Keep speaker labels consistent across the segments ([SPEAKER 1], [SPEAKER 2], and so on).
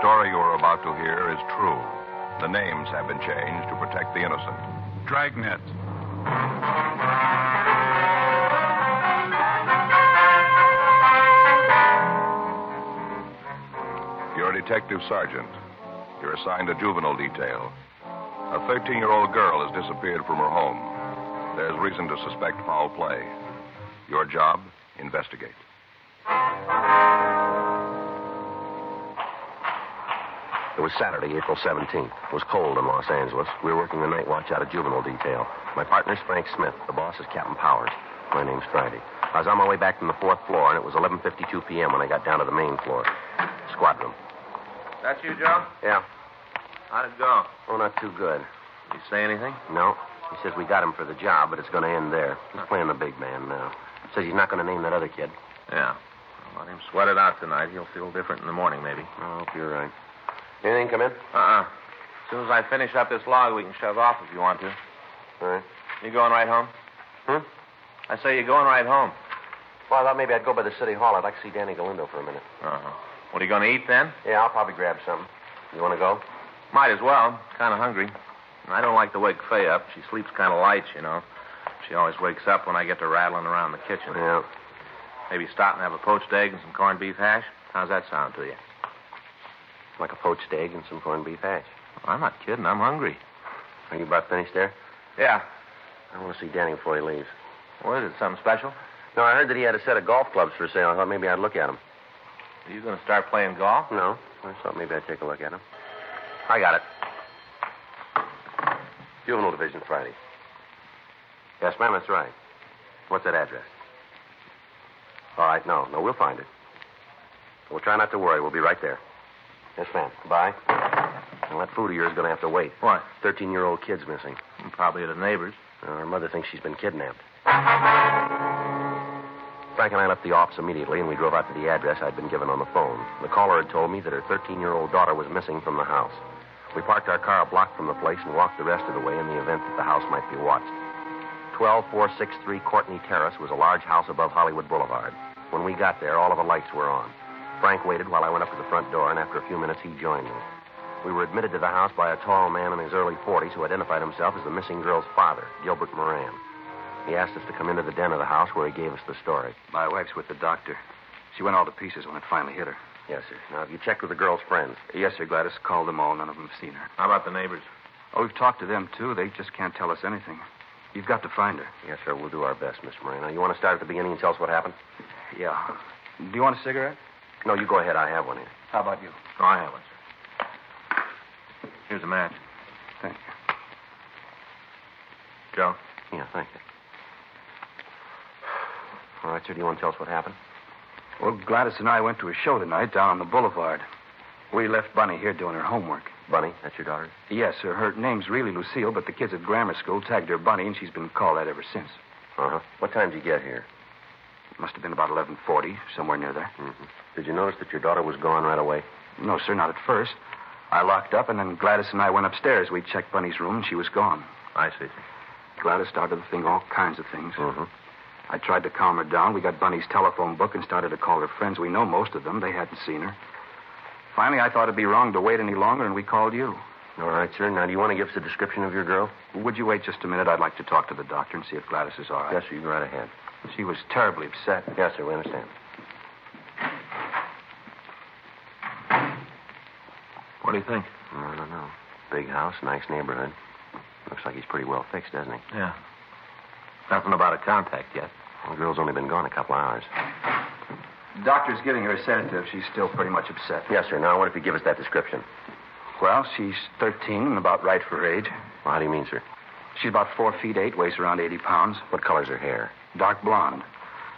[SPEAKER 1] story you are about to hear is true. The names have been changed to protect the innocent.
[SPEAKER 2] Dragnet.
[SPEAKER 1] You're a detective sergeant. You're assigned to juvenile detail. A 13 year old girl has disappeared from her home. There's reason to suspect foul play. Your job, investigate.
[SPEAKER 3] It was Saturday, April 17th. It was cold in Los Angeles. We were working the night watch out of juvenile detail. My partner's Frank Smith. The boss is Captain Powers. My name's Friday. I was on my way back from the fourth floor, and it was 11.52 p.m. when I got down to the main floor. Squad room.
[SPEAKER 4] That you, Joe?
[SPEAKER 3] Yeah.
[SPEAKER 4] How'd it go?
[SPEAKER 3] Oh, not too good.
[SPEAKER 4] Did he say anything?
[SPEAKER 3] No. He says we got him for the job, but it's going to end there. He's playing the big man now. Says he's not going to name that other kid.
[SPEAKER 4] Yeah. Well, let him sweat it out tonight. He'll feel different in the morning, maybe.
[SPEAKER 3] I hope you're right. Anything come in?
[SPEAKER 4] Uh-uh. As soon as I finish up this log, we can shove off if you want to.
[SPEAKER 3] All right.
[SPEAKER 4] You going right home?
[SPEAKER 3] Hmm?
[SPEAKER 4] I say you're going right home.
[SPEAKER 3] Well, I thought maybe I'd go by the city hall. I'd like to see Danny Galindo for a minute.
[SPEAKER 4] Uh-huh. What, are you going to eat then?
[SPEAKER 3] Yeah, I'll probably grab something. You want to go?
[SPEAKER 4] Might as well. Kind of hungry. And I don't like to wake Fay up. She sleeps kind of light, you know. She always wakes up when I get to rattling around the kitchen.
[SPEAKER 3] Yeah.
[SPEAKER 4] Maybe stop and have a poached egg and some corned beef hash. How's that sound to you?
[SPEAKER 3] Like a poached egg and some corned beef hash.
[SPEAKER 4] I'm not kidding. I'm hungry.
[SPEAKER 3] Are you about finished there?
[SPEAKER 4] Yeah.
[SPEAKER 3] I want to see Danny before he leaves.
[SPEAKER 4] What is it? Something special?
[SPEAKER 3] No, I heard that he had a set of golf clubs for sale. I thought maybe I'd look at them.
[SPEAKER 4] Are you going to start playing golf?
[SPEAKER 3] No, I thought maybe I'd take a look at them. I got it. Juvenile Division, Friday. Yes, ma'am, that's right. What's that address? All right, no, no, we'll find it. We'll try not to worry. We'll be right there. Yes, ma'am. Goodbye. And that food of yours is going to have to wait.
[SPEAKER 4] What?
[SPEAKER 3] Thirteen-year-old kid's missing.
[SPEAKER 4] Probably at a neighbor's.
[SPEAKER 3] Uh, her mother thinks she's been kidnapped. Frank and I left the office immediately, and we drove out to the address I'd been given on the phone. The caller had told me that her 13 year old daughter was missing from the house. We parked our car a block from the place and walked the rest of the way in the event that the house might be watched. 12463 Courtney Terrace was a large house above Hollywood Boulevard. When we got there, all of the lights were on. Frank waited while I went up to the front door, and after a few minutes, he joined me. We were admitted to the house by a tall man in his early 40s who identified himself as the missing girl's father, Gilbert Moran. He asked us to come into the den of the house where he gave us the story.
[SPEAKER 5] My wife's with the doctor. She went all to pieces when it finally hit her.
[SPEAKER 3] Yes, sir. Now, have you checked with the girl's friends?
[SPEAKER 5] Yes, sir, Gladys. Called them all. None of them have seen her.
[SPEAKER 4] How about the neighbors?
[SPEAKER 5] Oh, we've talked to them, too. They just can't tell us anything. You've got to find her.
[SPEAKER 3] Yes, sir. We'll do our best, Miss Moreno. You want to start at the beginning and tell us what happened?
[SPEAKER 5] Yeah. Do you want a cigarette?
[SPEAKER 3] No, you go ahead. I have one here.
[SPEAKER 5] How about you?
[SPEAKER 4] Oh, I have one, sir. Here's a match.
[SPEAKER 5] Thank you.
[SPEAKER 4] Joe?
[SPEAKER 3] Yeah, thank you. All right, sir. Do you want to tell us what happened?
[SPEAKER 5] Well, Gladys and I went to a show tonight down on the boulevard. We left Bunny here doing her homework.
[SPEAKER 3] Bunny, that's your daughter?
[SPEAKER 5] Yes, sir. Her name's really Lucille, but the kids at grammar school tagged her Bunny, and she's been called that ever since.
[SPEAKER 3] Uh huh. What time did you get here?
[SPEAKER 5] It must have been about 1140, somewhere near there.
[SPEAKER 3] Mm-hmm. Did you notice that your daughter was gone right away?
[SPEAKER 5] No, sir, not at first. I locked up, and then Gladys and I went upstairs. We checked Bunny's room, and she was gone.
[SPEAKER 4] I see.
[SPEAKER 5] Gladys started to think all kinds of things.
[SPEAKER 3] Mm-hmm.
[SPEAKER 5] I tried to calm her down. We got Bunny's telephone book and started to call her friends. We know most of them. They hadn't seen her. Finally, I thought it'd be wrong to wait any longer, and we called you.
[SPEAKER 3] All right, sir. Now, do you want to give us a description of your girl?
[SPEAKER 5] Would you wait just a minute? I'd like to talk to the doctor and see if Gladys is all right.
[SPEAKER 3] Yes, sir. You go right ahead.
[SPEAKER 5] She was terribly upset.
[SPEAKER 3] Yes, sir. We understand.
[SPEAKER 4] What do you think?
[SPEAKER 3] I don't know. Big house, nice neighborhood. Looks like he's pretty well fixed, doesn't he?
[SPEAKER 4] Yeah. Nothing about a contact yet.
[SPEAKER 3] Well, the girl's only been gone a couple of hours.
[SPEAKER 5] The doctor's giving her a sedative. She's still pretty much upset.
[SPEAKER 3] Yes, sir. Now, what if you give us that description?
[SPEAKER 5] Well, she's 13 and about right for her age.
[SPEAKER 3] Well, how do you mean, sir?
[SPEAKER 5] She's about four feet eight, weighs around 80 pounds,
[SPEAKER 3] What color's her hair?
[SPEAKER 5] dark blonde.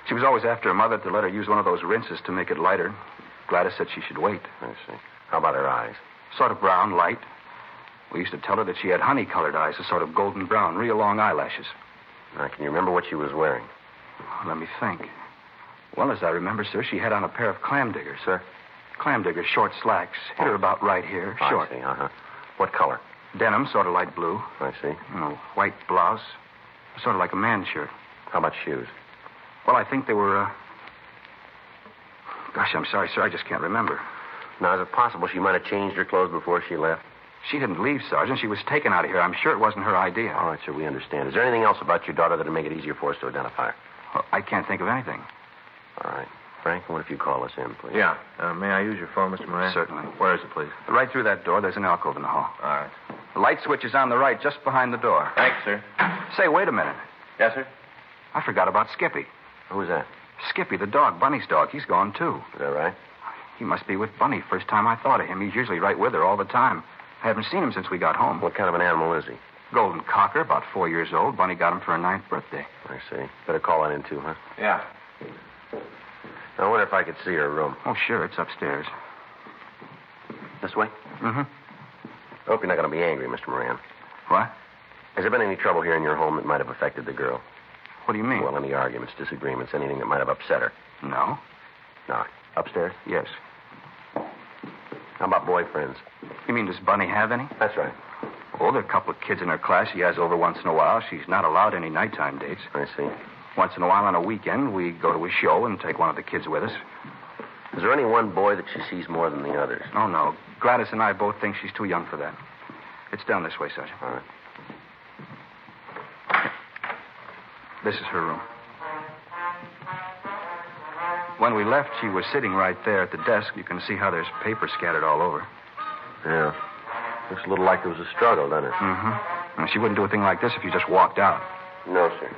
[SPEAKER 5] She was always after her mother to let her use one of those rinses to make it lighter. Gladys said she should wait.
[SPEAKER 3] I see. How about her eyes?
[SPEAKER 5] Sort of brown, light. We used to tell her that she had honey colored eyes, a sort of golden brown, real long eyelashes.
[SPEAKER 3] Now, can you remember what she was wearing?
[SPEAKER 5] Oh, Let me think. Well, as I remember, sir, she had on a pair of clam diggers, sir. Clam diggers, short slacks. Hit her about right here, short.
[SPEAKER 3] Oh. I see, uh-huh. What color?
[SPEAKER 5] Denim, sort of light blue.
[SPEAKER 3] I see.
[SPEAKER 5] You know, white blouse. Sort of like a man shirt.
[SPEAKER 3] How about shoes?
[SPEAKER 5] Well, I think they were, uh... Gosh, I'm sorry, sir. I just can't remember.
[SPEAKER 3] Now, is it possible she might have changed her clothes before she left?
[SPEAKER 5] She didn't leave, Sergeant. She was taken out of here. I'm sure it wasn't her idea.
[SPEAKER 3] All right, sir, we understand. Is there anything else about your daughter that'll make it easier for us to identify her?
[SPEAKER 5] Well, I can't think of anything.
[SPEAKER 3] All right. Frank, what if you call us in, please?
[SPEAKER 4] Yeah. Uh, may I use your phone, Mr. Moran?
[SPEAKER 5] Certainly.
[SPEAKER 4] Where is it, please?
[SPEAKER 5] Right through that door, there's an alcove in the hall.
[SPEAKER 4] All right.
[SPEAKER 5] The light switch is on the right, just behind the door.
[SPEAKER 4] Thanks, sir.
[SPEAKER 5] Say, wait a minute.
[SPEAKER 4] Yes, sir?
[SPEAKER 5] I forgot about Skippy.
[SPEAKER 3] Who's that?
[SPEAKER 5] Skippy, the dog, Bunny's dog, he's gone too.
[SPEAKER 3] Is that right?
[SPEAKER 5] He must be with Bunny. First time I thought of him. He's usually right with her all the time. I haven't seen him since we got home.
[SPEAKER 3] What kind of an animal is he?
[SPEAKER 5] Golden Cocker, about four years old. Bunny got him for her ninth birthday.
[SPEAKER 3] I see. Better call that in, too, huh?
[SPEAKER 4] Yeah.
[SPEAKER 3] I wonder if I could see her room.
[SPEAKER 5] Oh, sure, it's upstairs.
[SPEAKER 3] This way?
[SPEAKER 5] Mm-hmm.
[SPEAKER 3] I hope you're not going to be angry, Mr. Moran.
[SPEAKER 5] What?
[SPEAKER 3] Has there been any trouble here in your home that might have affected the girl?
[SPEAKER 5] What do you mean?
[SPEAKER 3] Well, any arguments, disagreements, anything that might have upset her?
[SPEAKER 5] no.
[SPEAKER 3] No. Upstairs?
[SPEAKER 5] Yes.
[SPEAKER 3] How about boyfriends?
[SPEAKER 5] You mean, does Bunny have any?
[SPEAKER 3] That's right.
[SPEAKER 5] Oh, there are a couple of kids in her class she has over once in a while. She's not allowed any nighttime dates.
[SPEAKER 3] I see.
[SPEAKER 5] Once in a while on a weekend, we go to a show and take one of the kids with us.
[SPEAKER 3] Is there any one boy that she sees more than the others?
[SPEAKER 5] Oh, no. Gladys and I both think she's too young for that. It's down this way, Sergeant.
[SPEAKER 3] All right.
[SPEAKER 5] This is her room. When we left, she was sitting right there at the desk. You can see how there's paper scattered all over.
[SPEAKER 3] Yeah. Looks a little like there was a struggle, doesn't it?
[SPEAKER 5] Mm-hmm. And she wouldn't do a thing like this if you just walked out.
[SPEAKER 3] No, sir.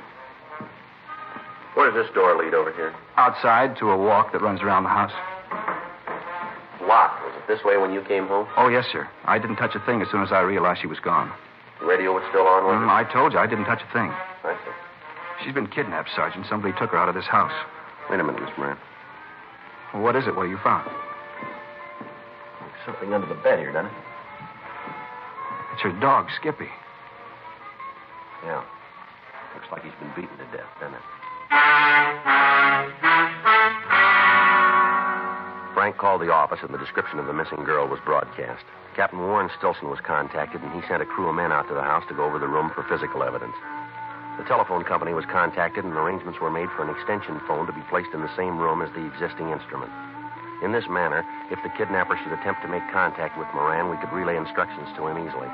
[SPEAKER 3] Where does this door lead over here?
[SPEAKER 5] Outside to a walk that runs around the house.
[SPEAKER 3] Locked. Was it this way when you came home?
[SPEAKER 5] Oh, yes, sir. I didn't touch a thing as soon as I realized she was gone.
[SPEAKER 3] The radio was still on, was
[SPEAKER 5] Mm, I told you I didn't touch a thing.
[SPEAKER 3] it? I see.
[SPEAKER 5] She's been kidnapped, Sergeant. Somebody took her out of this house.
[SPEAKER 3] Wait a minute, Miss Moran.
[SPEAKER 5] What is it? What have you found?
[SPEAKER 3] Something under the bed here, doesn't it?
[SPEAKER 5] It's her dog, Skippy.
[SPEAKER 3] Yeah. Looks like he's been beaten to death, doesn't it? Frank called the office, and the description of the missing girl was broadcast. Captain Warren Stilson was contacted, and he sent a crew of men out to the house to go over the room for physical evidence. The telephone company was contacted, and arrangements were made for an extension phone to be placed in the same room as the existing instrument. In this manner, if the kidnapper should attempt to make contact with Moran, we could relay instructions to him easily.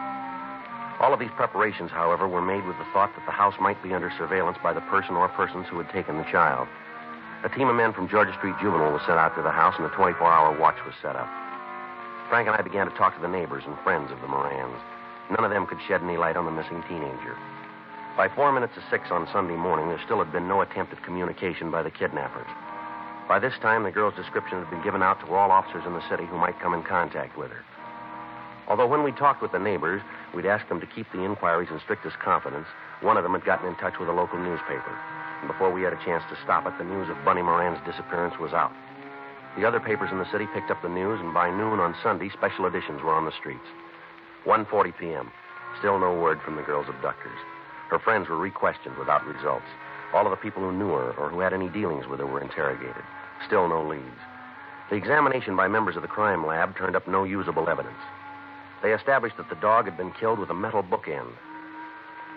[SPEAKER 3] All of these preparations, however, were made with the thought that the house might be under surveillance by the person or persons who had taken the child. A team of men from Georgia Street Juvenile was sent out to the house, and a 24 hour watch was set up. Frank and I began to talk to the neighbors and friends of the Morans. None of them could shed any light on the missing teenager. By four minutes to six on Sunday morning, there still had been no attempt at communication by the kidnappers. By this time, the girl's description had been given out to all officers in the city who might come in contact with her. Although when we talked with the neighbors, we'd asked them to keep the inquiries in strictest confidence, one of them had gotten in touch with a local newspaper. And before we had a chance to stop it, the news of Bunny Moran's disappearance was out. The other papers in the city picked up the news, and by noon on Sunday, special editions were on the streets. 1.40 p.m. Still no word from the girl's abductors. Her friends were re-questioned without results. All of the people who knew her or who had any dealings with her were interrogated. Still no leads. The examination by members of the crime lab turned up no usable evidence. They established that the dog had been killed with a metal bookend.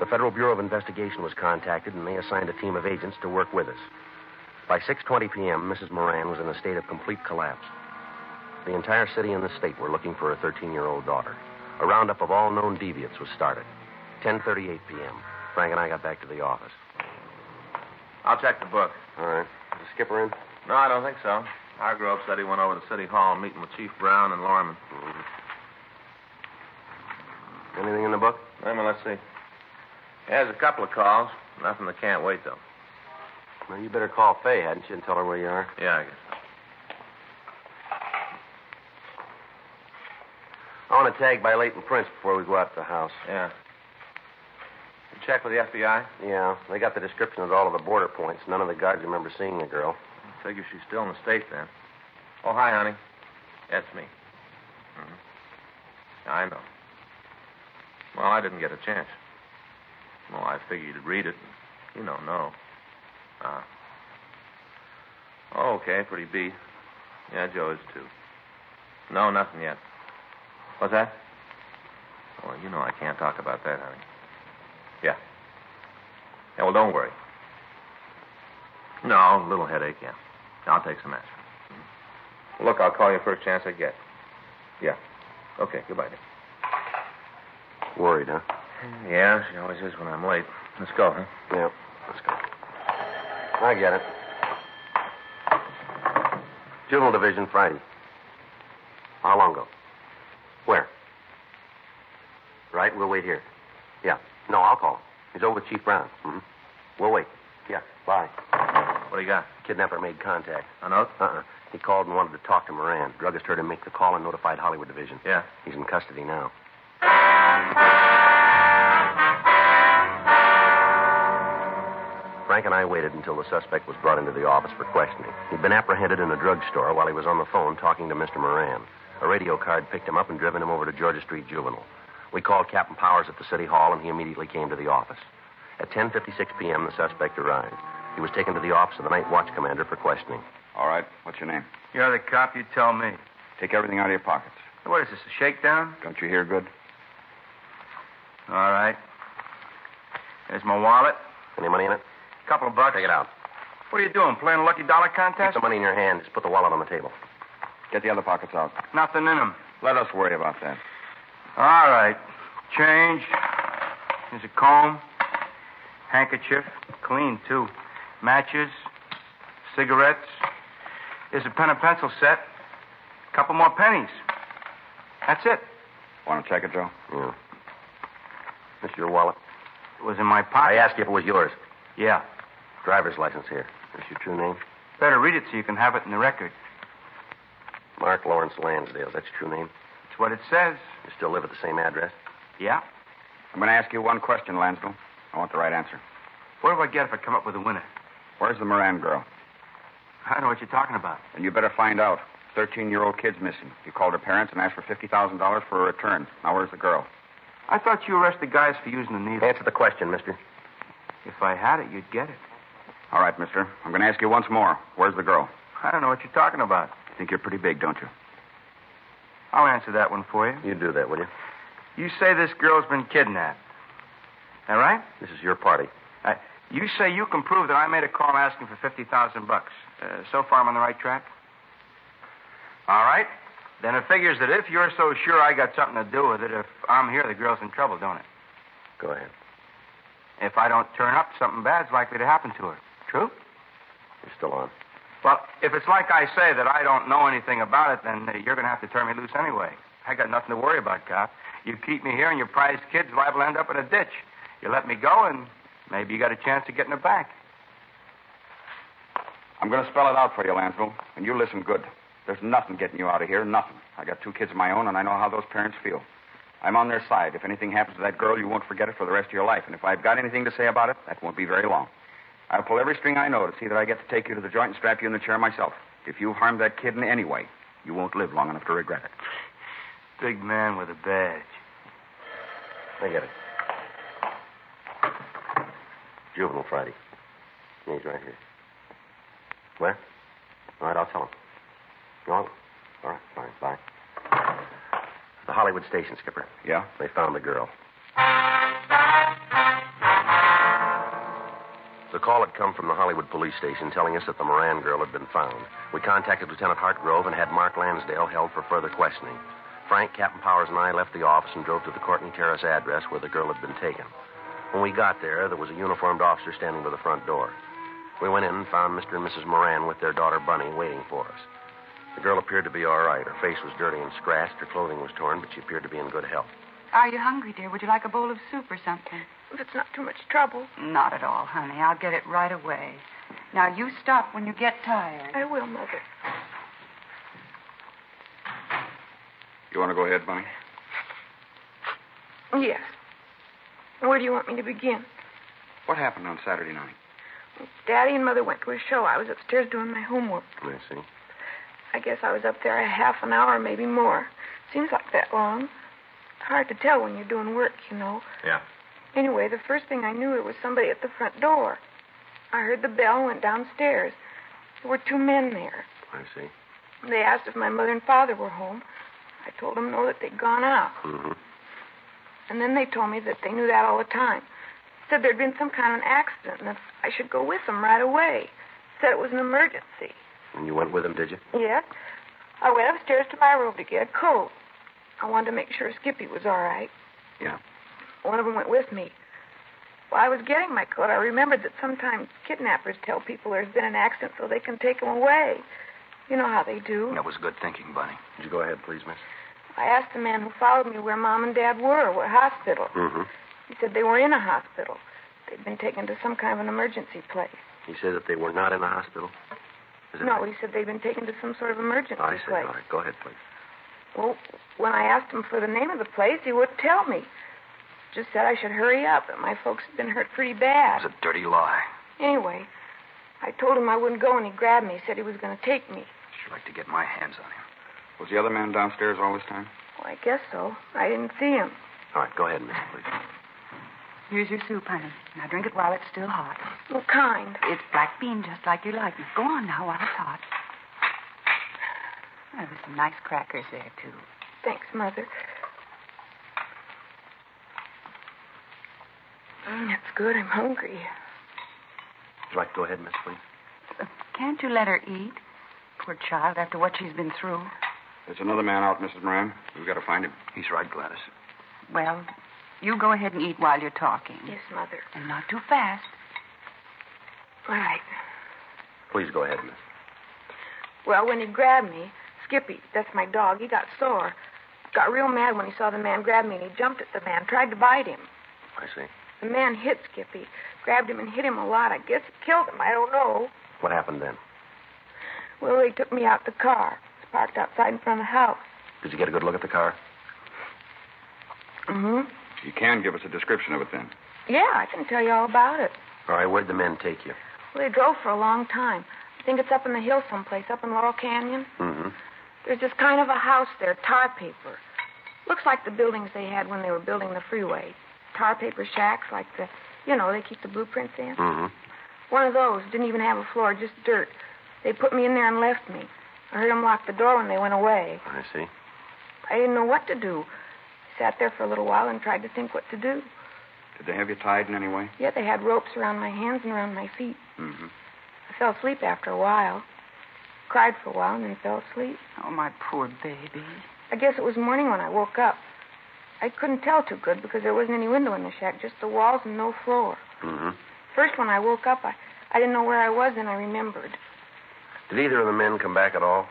[SPEAKER 3] The Federal Bureau of Investigation was contacted, and they assigned a team of agents to work with us. By 6:20 p.m., Mrs. Moran was in a state of complete collapse. The entire city and the state were looking for her 13-year-old daughter. A roundup of all known deviants was started. 10:38 p.m. Frank and I got back to the office.
[SPEAKER 4] I'll check the book.
[SPEAKER 3] All right, is the skipper in?
[SPEAKER 4] No, I don't think so. Our Grove said he went over to City Hall meeting with Chief Brown and Lorman.
[SPEAKER 3] Anything in the book?
[SPEAKER 4] Wait a minute, let's see. Yeah, there's a couple of calls. Nothing that can't wait, though.
[SPEAKER 3] Well, you better call Fay, hadn't you, and tell her where you are.
[SPEAKER 4] Yeah, I guess.
[SPEAKER 3] I want a tag by Leighton Prince before we go out to the house.
[SPEAKER 4] Yeah. You check with the FBI?
[SPEAKER 3] Yeah, they got the description at all of the border points. None of the guards remember seeing the girl.
[SPEAKER 4] Figure she's still in the state then. Oh, hi, honey. That's me. hmm I know. Well, I didn't get a chance. Well, I figured you'd read it. You don't know. Ah. Oh, okay, pretty beat. Yeah, Joe is too. No, nothing yet. What's that? Well, you know I can't talk about that, honey. Yeah. Yeah, well, don't worry. No, a little headache, yeah. I'll take some aspirin. Look, I'll call you first chance I get. Yeah. Okay, goodbye, Dick.
[SPEAKER 3] Worried, huh?
[SPEAKER 4] Yeah, she always is when I'm late. Let's go, huh?
[SPEAKER 3] Yeah. Let's go. I get it. Juvenile division Friday. How long ago? Where? Right, we'll wait here. Yeah. No, I'll call him. He's over with Chief Brown. hmm We'll wait. Yeah. Bye.
[SPEAKER 4] What do you got?
[SPEAKER 3] Kidnapper made contact.
[SPEAKER 4] A note?
[SPEAKER 3] Uh-uh. He called and wanted to talk to Moran. Druggist heard him make the call and notified Hollywood Division.
[SPEAKER 4] Yeah.
[SPEAKER 3] He's in custody now. Frank and I waited until the suspect was brought into the office for questioning. He'd been apprehended in a drugstore while he was on the phone talking to Mr. Moran. A radio card picked him up and driven him over to Georgia Street Juvenile. We called Captain Powers at the city hall, and he immediately came to the office. At 10:56 p.m., the suspect arrived. He was taken to the office of the night watch commander for questioning.
[SPEAKER 2] All right. What's your name?
[SPEAKER 5] You're the cop, you tell me.
[SPEAKER 2] Take everything out of your pockets.
[SPEAKER 5] What is this, a shakedown?
[SPEAKER 2] Don't you hear good?
[SPEAKER 5] All right. There's my wallet.
[SPEAKER 3] Any money in it?
[SPEAKER 5] Couple of bucks.
[SPEAKER 3] Take it out.
[SPEAKER 5] What are you doing? Playing a lucky dollar
[SPEAKER 3] Keep
[SPEAKER 5] contest?
[SPEAKER 3] the money in your hand. Just put the wallet on the table.
[SPEAKER 2] Get the other pockets out.
[SPEAKER 5] Nothing in them.
[SPEAKER 2] Let us worry about that.
[SPEAKER 5] All right. Change. There's a comb, handkerchief, clean too. Matches, cigarettes. There's a pen and pencil set. Couple more pennies. That's it.
[SPEAKER 2] Want to check it, Joe?
[SPEAKER 3] Yeah. This your wallet?
[SPEAKER 5] It was in my
[SPEAKER 3] I
[SPEAKER 5] pocket.
[SPEAKER 3] asked you if it was yours.
[SPEAKER 5] Yeah.
[SPEAKER 3] Driver's license here. Is your true name?
[SPEAKER 5] Better read it so you can have it in the record.
[SPEAKER 3] Mark Lawrence Lansdale. That's your true name?
[SPEAKER 5] It's what it says.
[SPEAKER 3] You still live at the same address?
[SPEAKER 5] Yeah.
[SPEAKER 2] I'm going to ask you one question, Lansdell. I want the right answer.
[SPEAKER 5] What do I get if I come up with a winner?
[SPEAKER 2] Where's the Moran girl?
[SPEAKER 5] I don't know what you're talking about.
[SPEAKER 2] And you better find out. Thirteen-year-old kid's missing. You called her parents and asked for fifty thousand dollars for a return. Now where's the girl?
[SPEAKER 5] I thought you arrested guys for using the needle.
[SPEAKER 3] Answer the question, mister.
[SPEAKER 5] If I had it, you'd get it.
[SPEAKER 2] All right, Mister. I'm going to ask you once more. Where's the girl?
[SPEAKER 5] I don't know what you're talking about.
[SPEAKER 2] You think you're pretty big, don't you?
[SPEAKER 5] I'll answer that one for you.
[SPEAKER 3] You do that, will you?
[SPEAKER 5] You say this girl's been kidnapped. All right?
[SPEAKER 3] This is your party.
[SPEAKER 5] I, you say you can prove that I made a call asking for 50000 bucks. Uh, so far, I'm on the right track? All right. Then it figures that if you're so sure I got something to do with it, if I'm here, the girl's in trouble, don't it?
[SPEAKER 3] Go ahead.
[SPEAKER 5] If I don't turn up, something bad's likely to happen to her. True?
[SPEAKER 3] You're still on.
[SPEAKER 5] Well, if it's like I say that I don't know anything about it, then uh, you're going to have to turn me loose anyway. I got nothing to worry about, cop. You keep me here, and your prized kid's liable to end up in a ditch. You let me go, and maybe you got a chance of getting her back.
[SPEAKER 2] I'm going to spell it out for you, Lansville, and you listen good. There's nothing getting you out of here, nothing. I got two kids of my own, and I know how those parents feel. I'm on their side. If anything happens to that girl, you won't forget it for the rest of your life. And if I've got anything to say about it, that won't be very long. I'll pull every string I know to see that I get to take you to the joint and strap you in the chair myself. If you harm that kid in any way, you won't live long enough to regret it.
[SPEAKER 5] Big man with a badge.
[SPEAKER 3] I get it. Juvenile Friday. Yeah, He's right here. Where? All right, I'll tell him. You want? All right, fine, bye. The Hollywood station, Skipper.
[SPEAKER 2] Yeah?
[SPEAKER 3] They found the girl. The call had come from the Hollywood police station telling us that the Moran girl had been found. We contacted Lieutenant Hartgrove and had Mark Lansdale held for further questioning. Frank, Captain Powers, and I left the office and drove to the Courtney Terrace address where the girl had been taken. When we got there, there was a uniformed officer standing by the front door. We went in and found Mr. and Mrs. Moran with their daughter Bunny waiting for us. The girl appeared to be all right. Her face was dirty and scratched, her clothing was torn, but she appeared to be in good health.
[SPEAKER 6] Are you hungry, dear? Would you like a bowl of soup or something?
[SPEAKER 7] If it's not too much trouble,
[SPEAKER 6] Not at all, honey. I'll get it right away. Now, you stop when you get tired.
[SPEAKER 7] I will, Mother.
[SPEAKER 2] You want to go ahead, Bunny?
[SPEAKER 7] Yes. Where do you want me to begin?
[SPEAKER 2] What happened on Saturday night?
[SPEAKER 7] Daddy and Mother went to a show. I was upstairs doing my homework.
[SPEAKER 3] I see.
[SPEAKER 7] I guess I was up there a half an hour, maybe more. Seems like that long. Hard to tell when you're doing work, you know.
[SPEAKER 4] Yeah.
[SPEAKER 7] Anyway, the first thing I knew, it was somebody at the front door. I heard the bell, went downstairs. There were two men there.
[SPEAKER 3] I see.
[SPEAKER 7] They asked if my mother and father were home. I told them no, that they'd gone out.
[SPEAKER 3] Mm-hmm.
[SPEAKER 7] And then they told me that they knew that all the time. Said there'd been some kind of an accident and that I should go with them right away. Said it was an emergency.
[SPEAKER 3] And you went with him, did you?
[SPEAKER 7] Yes. I went upstairs to my room to get a coat. I wanted to make sure Skippy was all right.
[SPEAKER 2] Yeah.
[SPEAKER 7] One of them went with me. While I was getting my coat, I remembered that sometimes kidnappers tell people there's been an accident so they can take them away. You know how they do.
[SPEAKER 2] That was good thinking, Bunny.
[SPEAKER 3] Would you go ahead, please, miss?
[SPEAKER 7] I asked the man who followed me where Mom and Dad were, what hospital.
[SPEAKER 3] Mm-hmm.
[SPEAKER 7] He said they were in a hospital. They'd been taken to some kind of an emergency place.
[SPEAKER 3] He said that they were not in the hospital. Is it
[SPEAKER 7] No, he said they'd been taken to some sort of emergency
[SPEAKER 3] I see.
[SPEAKER 7] place.
[SPEAKER 3] All right, go ahead, please.
[SPEAKER 7] Well, when I asked him for the name of the place, he wouldn't tell me. Just said I should hurry up, that my folks had been hurt pretty bad.
[SPEAKER 2] It was a dirty lie.
[SPEAKER 7] Anyway, I told him I wouldn't go, and he grabbed me, said he was going to take me.
[SPEAKER 2] I'd like to get my hands on him.
[SPEAKER 5] Was the other man downstairs all this time?
[SPEAKER 7] Well, I guess so. I didn't see him.
[SPEAKER 3] All right, go ahead, miss, please.
[SPEAKER 6] Here's your soup, honey. Now drink it while it's still hot.
[SPEAKER 7] Well, kind.
[SPEAKER 6] It's black bean, just like you like. it. Go on now while it's hot. There was some nice crackers there, too.
[SPEAKER 7] Thanks, Mother. Mm, that's good. I'm hungry.
[SPEAKER 3] Would you like to go ahead, miss, please?
[SPEAKER 6] Uh, Can't you let her eat? Poor child, after what she's been through.
[SPEAKER 2] There's another man out, Mrs. Moran. We've got to find him. He's right, Gladys.
[SPEAKER 6] Well, you go ahead and eat while you're talking.
[SPEAKER 7] Yes, Mother.
[SPEAKER 6] And not too fast.
[SPEAKER 7] All right.
[SPEAKER 3] Please go ahead, miss.
[SPEAKER 7] Well, when he grabbed me, Skippy, that's my dog, he got sore. Got real mad when he saw the man grab me, and he jumped at the man, tried to bite him.
[SPEAKER 3] I see.
[SPEAKER 7] The man hit Skippy, grabbed him and hit him a lot. I guess it killed him. I don't know.
[SPEAKER 3] What happened then?
[SPEAKER 7] Well, they took me out the car. It's parked outside in front of the house.
[SPEAKER 3] Did you get a good look at the car?
[SPEAKER 7] Mm-hmm.
[SPEAKER 2] You can give us a description of it then.
[SPEAKER 7] Yeah, I can tell you all about it.
[SPEAKER 3] All right, where'd the men take you?
[SPEAKER 7] Well, they drove for a long time. I think it's up in the hill someplace, up in Laurel Canyon.
[SPEAKER 3] Mm-hmm.
[SPEAKER 7] There's this kind of a house there, tar paper. Looks like the buildings they had when they were building the freeway. Tar paper shacks like the, you know, they keep the blueprints in.
[SPEAKER 3] Mm-hmm.
[SPEAKER 7] One of those didn't even have a floor, just dirt. They put me in there and left me. I heard them lock the door when they went away.
[SPEAKER 3] I see.
[SPEAKER 7] I didn't know what to do. Sat there for a little while and tried to think what to do.
[SPEAKER 2] Did they have you tied in any way?
[SPEAKER 7] Yeah, they had ropes around my hands and around my feet.
[SPEAKER 2] Mm-hmm.
[SPEAKER 7] I fell asleep after a while. Cried for a while and then fell asleep.
[SPEAKER 6] Oh, my poor baby.
[SPEAKER 7] I guess it was morning when I woke up. I couldn't tell too good because there wasn't any window in the shack, just the walls and no floor.
[SPEAKER 3] Mm-hmm.
[SPEAKER 7] First, when I woke up, I, I didn't know where I was, and I remembered.
[SPEAKER 3] Did either of the men come back at all?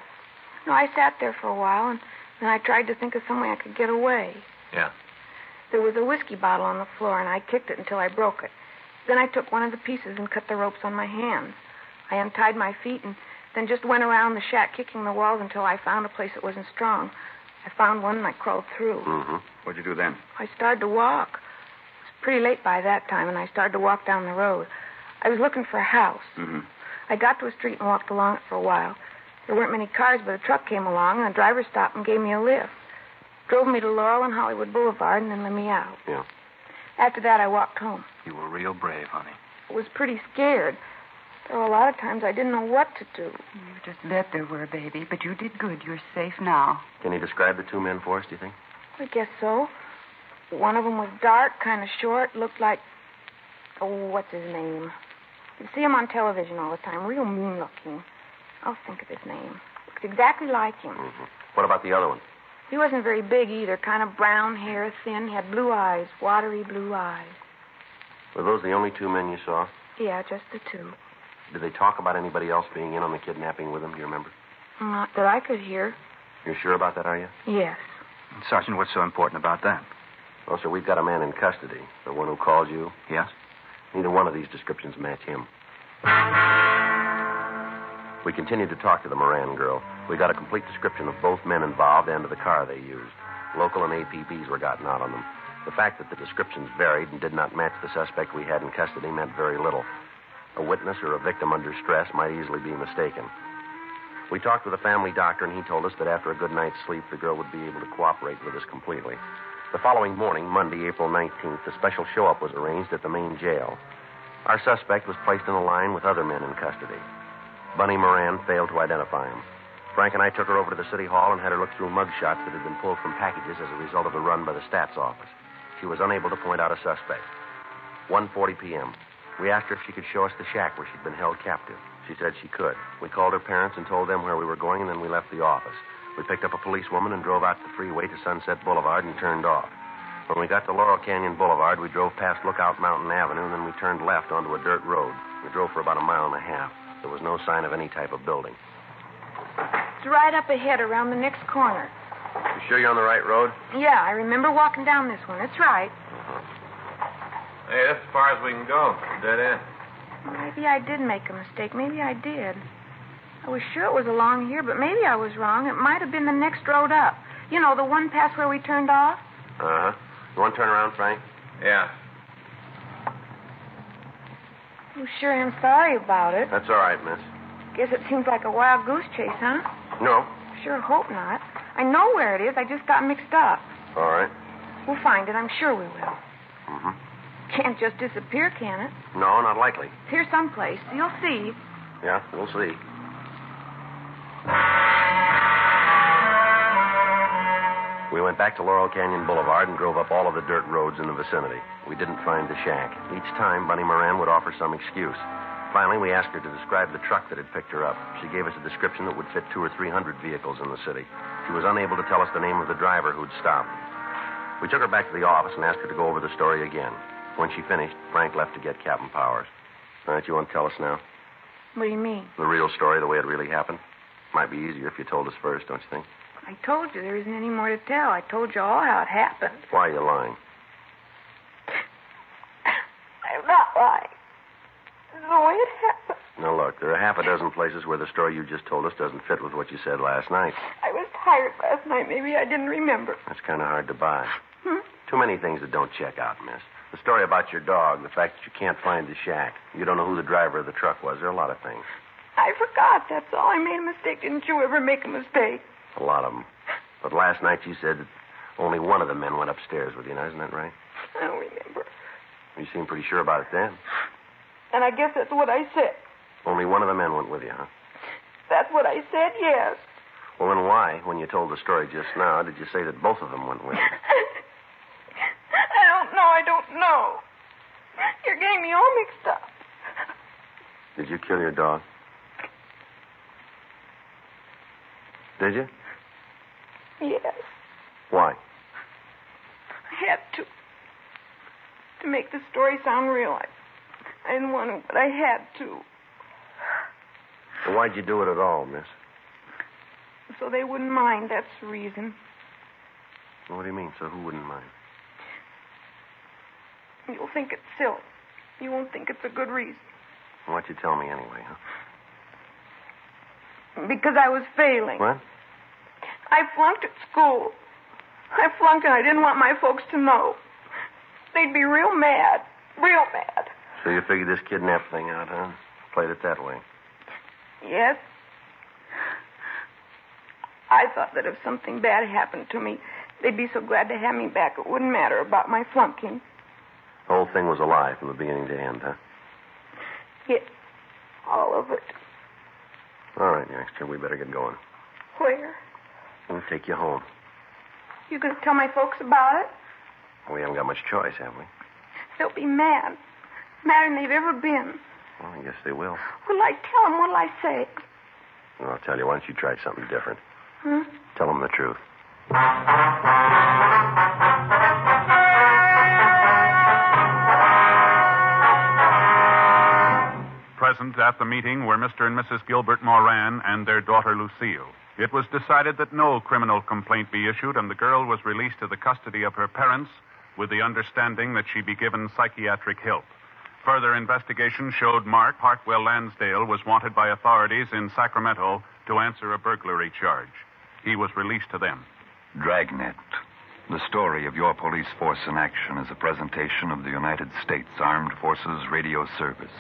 [SPEAKER 7] No, I sat there for a while, and then I tried to think of some way I could get away.
[SPEAKER 4] Yeah.
[SPEAKER 7] There was a whiskey bottle on the floor, and I kicked it until I broke it. Then I took one of the pieces and cut the ropes on my hands. I untied my feet and then just went around the shack kicking the walls until I found a place that wasn't strong. I found one and I crawled through.
[SPEAKER 3] Mm-hmm.
[SPEAKER 2] What'd you do then?
[SPEAKER 7] I started to walk. It was pretty late by that time, and I started to walk down the road. I was looking for a house.
[SPEAKER 2] Mm-hmm.
[SPEAKER 7] I got to a street and walked along it for a while. There weren't many cars, but a truck came along, and the driver stopped and gave me a lift. Drove me to Laurel and Hollywood Boulevard and then let me out.
[SPEAKER 3] Yeah.
[SPEAKER 7] After that, I walked home.
[SPEAKER 2] You were real brave, honey.
[SPEAKER 7] I was pretty scared. There were a lot of times I didn't know what to do.
[SPEAKER 6] You just bet there were, baby. But you did good. You're safe now.
[SPEAKER 3] Can you describe the two men for us, do you think?
[SPEAKER 7] I guess so. One of them was dark, kind of short, looked like. Oh, what's his name? You see him on television all the time, real mean looking. I'll think of his name. Looked exactly like him.
[SPEAKER 3] Mm-hmm. What about the other one?
[SPEAKER 7] He wasn't very big either, kind of brown hair, thin, had blue eyes, watery blue eyes.
[SPEAKER 3] Were those the only two men you saw?
[SPEAKER 7] Yeah, just the two.
[SPEAKER 3] Did they talk about anybody else being in on the kidnapping with them? Do you remember?
[SPEAKER 7] Not that I could hear.
[SPEAKER 3] You're sure about that, are you?
[SPEAKER 7] Yes.
[SPEAKER 2] Sergeant, what's so important about that?
[SPEAKER 3] Well, sir, Oh, we've got a man in custody. The one who called you.
[SPEAKER 2] Yes?
[SPEAKER 3] Neither one of these descriptions match him. We continued to talk to the Moran girl. We got a complete description of both men involved and of the car they used. Local and APBs were gotten out on them. The fact that the descriptions varied and did not match the suspect we had in custody meant very little. A witness or a victim under stress might easily be mistaken. We talked with a family doctor, and he told us that after a good night's sleep, the girl would be able to cooperate with us completely. The following morning, Monday, April 19th, a special show up was arranged at the main jail. Our suspect was placed in a line with other men in custody. Bunny Moran failed to identify him. Frank and I took her over to the city hall and had her look through mug shots that had been pulled from packages as a result of the run by the stats office. She was unable to point out a suspect. 1:40 p.m. We asked her if she could show us the shack where she'd been held captive. She said she could. We called her parents and told them where we were going, and then we left the office. We picked up a policewoman and drove out the freeway to Sunset Boulevard and turned off. When we got to Laurel Canyon Boulevard, we drove past Lookout Mountain Avenue, and then we turned left onto a dirt road. We drove for about a mile and a half. There was no sign of any type of building.
[SPEAKER 7] It's right up ahead around the next corner.
[SPEAKER 3] You sure you're on the right road?
[SPEAKER 7] Yeah, I remember walking down this one. That's right.
[SPEAKER 4] Hey, that's as far as we can go. Dead end.
[SPEAKER 7] Maybe I did make a mistake. Maybe I did. I was sure it was along here, but maybe I was wrong. It might have been the next road up. You know, the one past where we turned off.
[SPEAKER 3] Uh huh. You want to turn around, Frank?
[SPEAKER 4] Yeah.
[SPEAKER 7] Oh, sure am sorry about it.
[SPEAKER 3] That's all right, miss.
[SPEAKER 7] Guess it seems like a wild goose chase, huh?
[SPEAKER 3] No.
[SPEAKER 7] Sure hope not. I know where it is. I just got mixed up.
[SPEAKER 3] All right.
[SPEAKER 7] We'll find it. I'm sure we will.
[SPEAKER 3] Mm-hmm.
[SPEAKER 7] Can't just disappear, can it?
[SPEAKER 3] No, not likely.
[SPEAKER 7] It's here someplace. You'll see.
[SPEAKER 3] Yeah, we'll see. We went back to Laurel Canyon Boulevard and drove up all of the dirt roads in the vicinity. We didn't find the shack. Each time, Bunny Moran would offer some excuse. Finally, we asked her to describe the truck that had picked her up. She gave us a description that would fit two or three hundred vehicles in the city. She was unable to tell us the name of the driver who'd stopped. We took her back to the office and asked her to go over the story again. When she finished, Frank left to get Captain Powers. All right, you want to tell us now?
[SPEAKER 7] What do you mean?
[SPEAKER 3] The real story, the way it really happened? Might be easier if you told us first, don't you think?
[SPEAKER 7] I told you there isn't any more to tell. I told you all how it happened.
[SPEAKER 3] Why are you lying?
[SPEAKER 7] I'm not lying. It's the way it happened.
[SPEAKER 3] Now, look, there are half a dozen places where the story you just told us doesn't fit with what you said last night.
[SPEAKER 7] I was tired last night. Maybe I didn't remember.
[SPEAKER 3] That's kind of hard to buy.
[SPEAKER 7] Hmm?
[SPEAKER 3] Too many things that don't check out, miss. The story about your dog, the fact that you can't find the shack, you don't know who the driver of the truck was. There are a lot of things.
[SPEAKER 7] I forgot. That's all. I made a mistake. Didn't you ever make a mistake?
[SPEAKER 3] A lot of them. But last night you said that only one of the men went upstairs with you. Now, isn't that right?
[SPEAKER 7] I don't remember.
[SPEAKER 3] You seemed pretty sure about it then.
[SPEAKER 7] And I guess that's what I said.
[SPEAKER 3] Only one of the men went with you, huh?
[SPEAKER 7] That's what I said, yes.
[SPEAKER 3] Well, then why, when you told the story just now, did you say that both of them went with you?
[SPEAKER 7] I don't know. I don't know. You're getting me all mixed up.
[SPEAKER 3] Did you kill your dog? Did you?
[SPEAKER 7] Yes,
[SPEAKER 3] Why?
[SPEAKER 7] I had to. To make the story sound real, I, I didn't want to, but I had to.
[SPEAKER 3] Well, why'd you do it at all, miss?
[SPEAKER 7] So they wouldn't mind. That's the reason.
[SPEAKER 3] Well, What do you mean? So who wouldn't mind?
[SPEAKER 7] You'll think it's silly. You won't think it's a good reason.
[SPEAKER 3] Why'd you tell me anyway, huh?
[SPEAKER 7] Because I was failing.
[SPEAKER 3] What?
[SPEAKER 7] I flunked at school. I flunked and I didn't want my folks to know. They'd be real mad. Real mad.
[SPEAKER 3] So you figured this kidnap thing out, huh? Played it that way.
[SPEAKER 7] Yes? I thought that if something bad happened to me, they'd be so glad to have me back. It wouldn't matter about my flunking.
[SPEAKER 3] The whole thing was a lie from the beginning to end, huh?
[SPEAKER 7] Yes. All of it.
[SPEAKER 3] All right, youngster, we better get going.
[SPEAKER 7] Where?
[SPEAKER 3] We'll take you home.
[SPEAKER 7] You gonna tell my folks about it?
[SPEAKER 3] We haven't got much choice, have we?
[SPEAKER 7] They'll be mad. Madder than they've ever been.
[SPEAKER 3] Well, I guess they will.
[SPEAKER 7] What'll I tell them? What'll I say?
[SPEAKER 3] Well, I'll tell you, why don't you try something different?
[SPEAKER 7] Hmm?
[SPEAKER 3] Tell them the truth.
[SPEAKER 8] Present at the meeting were Mr. and Mrs. Gilbert Moran and their daughter Lucille. It was decided that no criminal complaint be issued, and the girl was released to the custody of her parents with the understanding that she be given psychiatric help. Further investigation showed Mark Hartwell Lansdale was wanted by authorities in Sacramento to answer a burglary charge. He was released to them.
[SPEAKER 9] Dragnet. The story of your police force in action is a presentation of the United States Armed Forces Radio Service.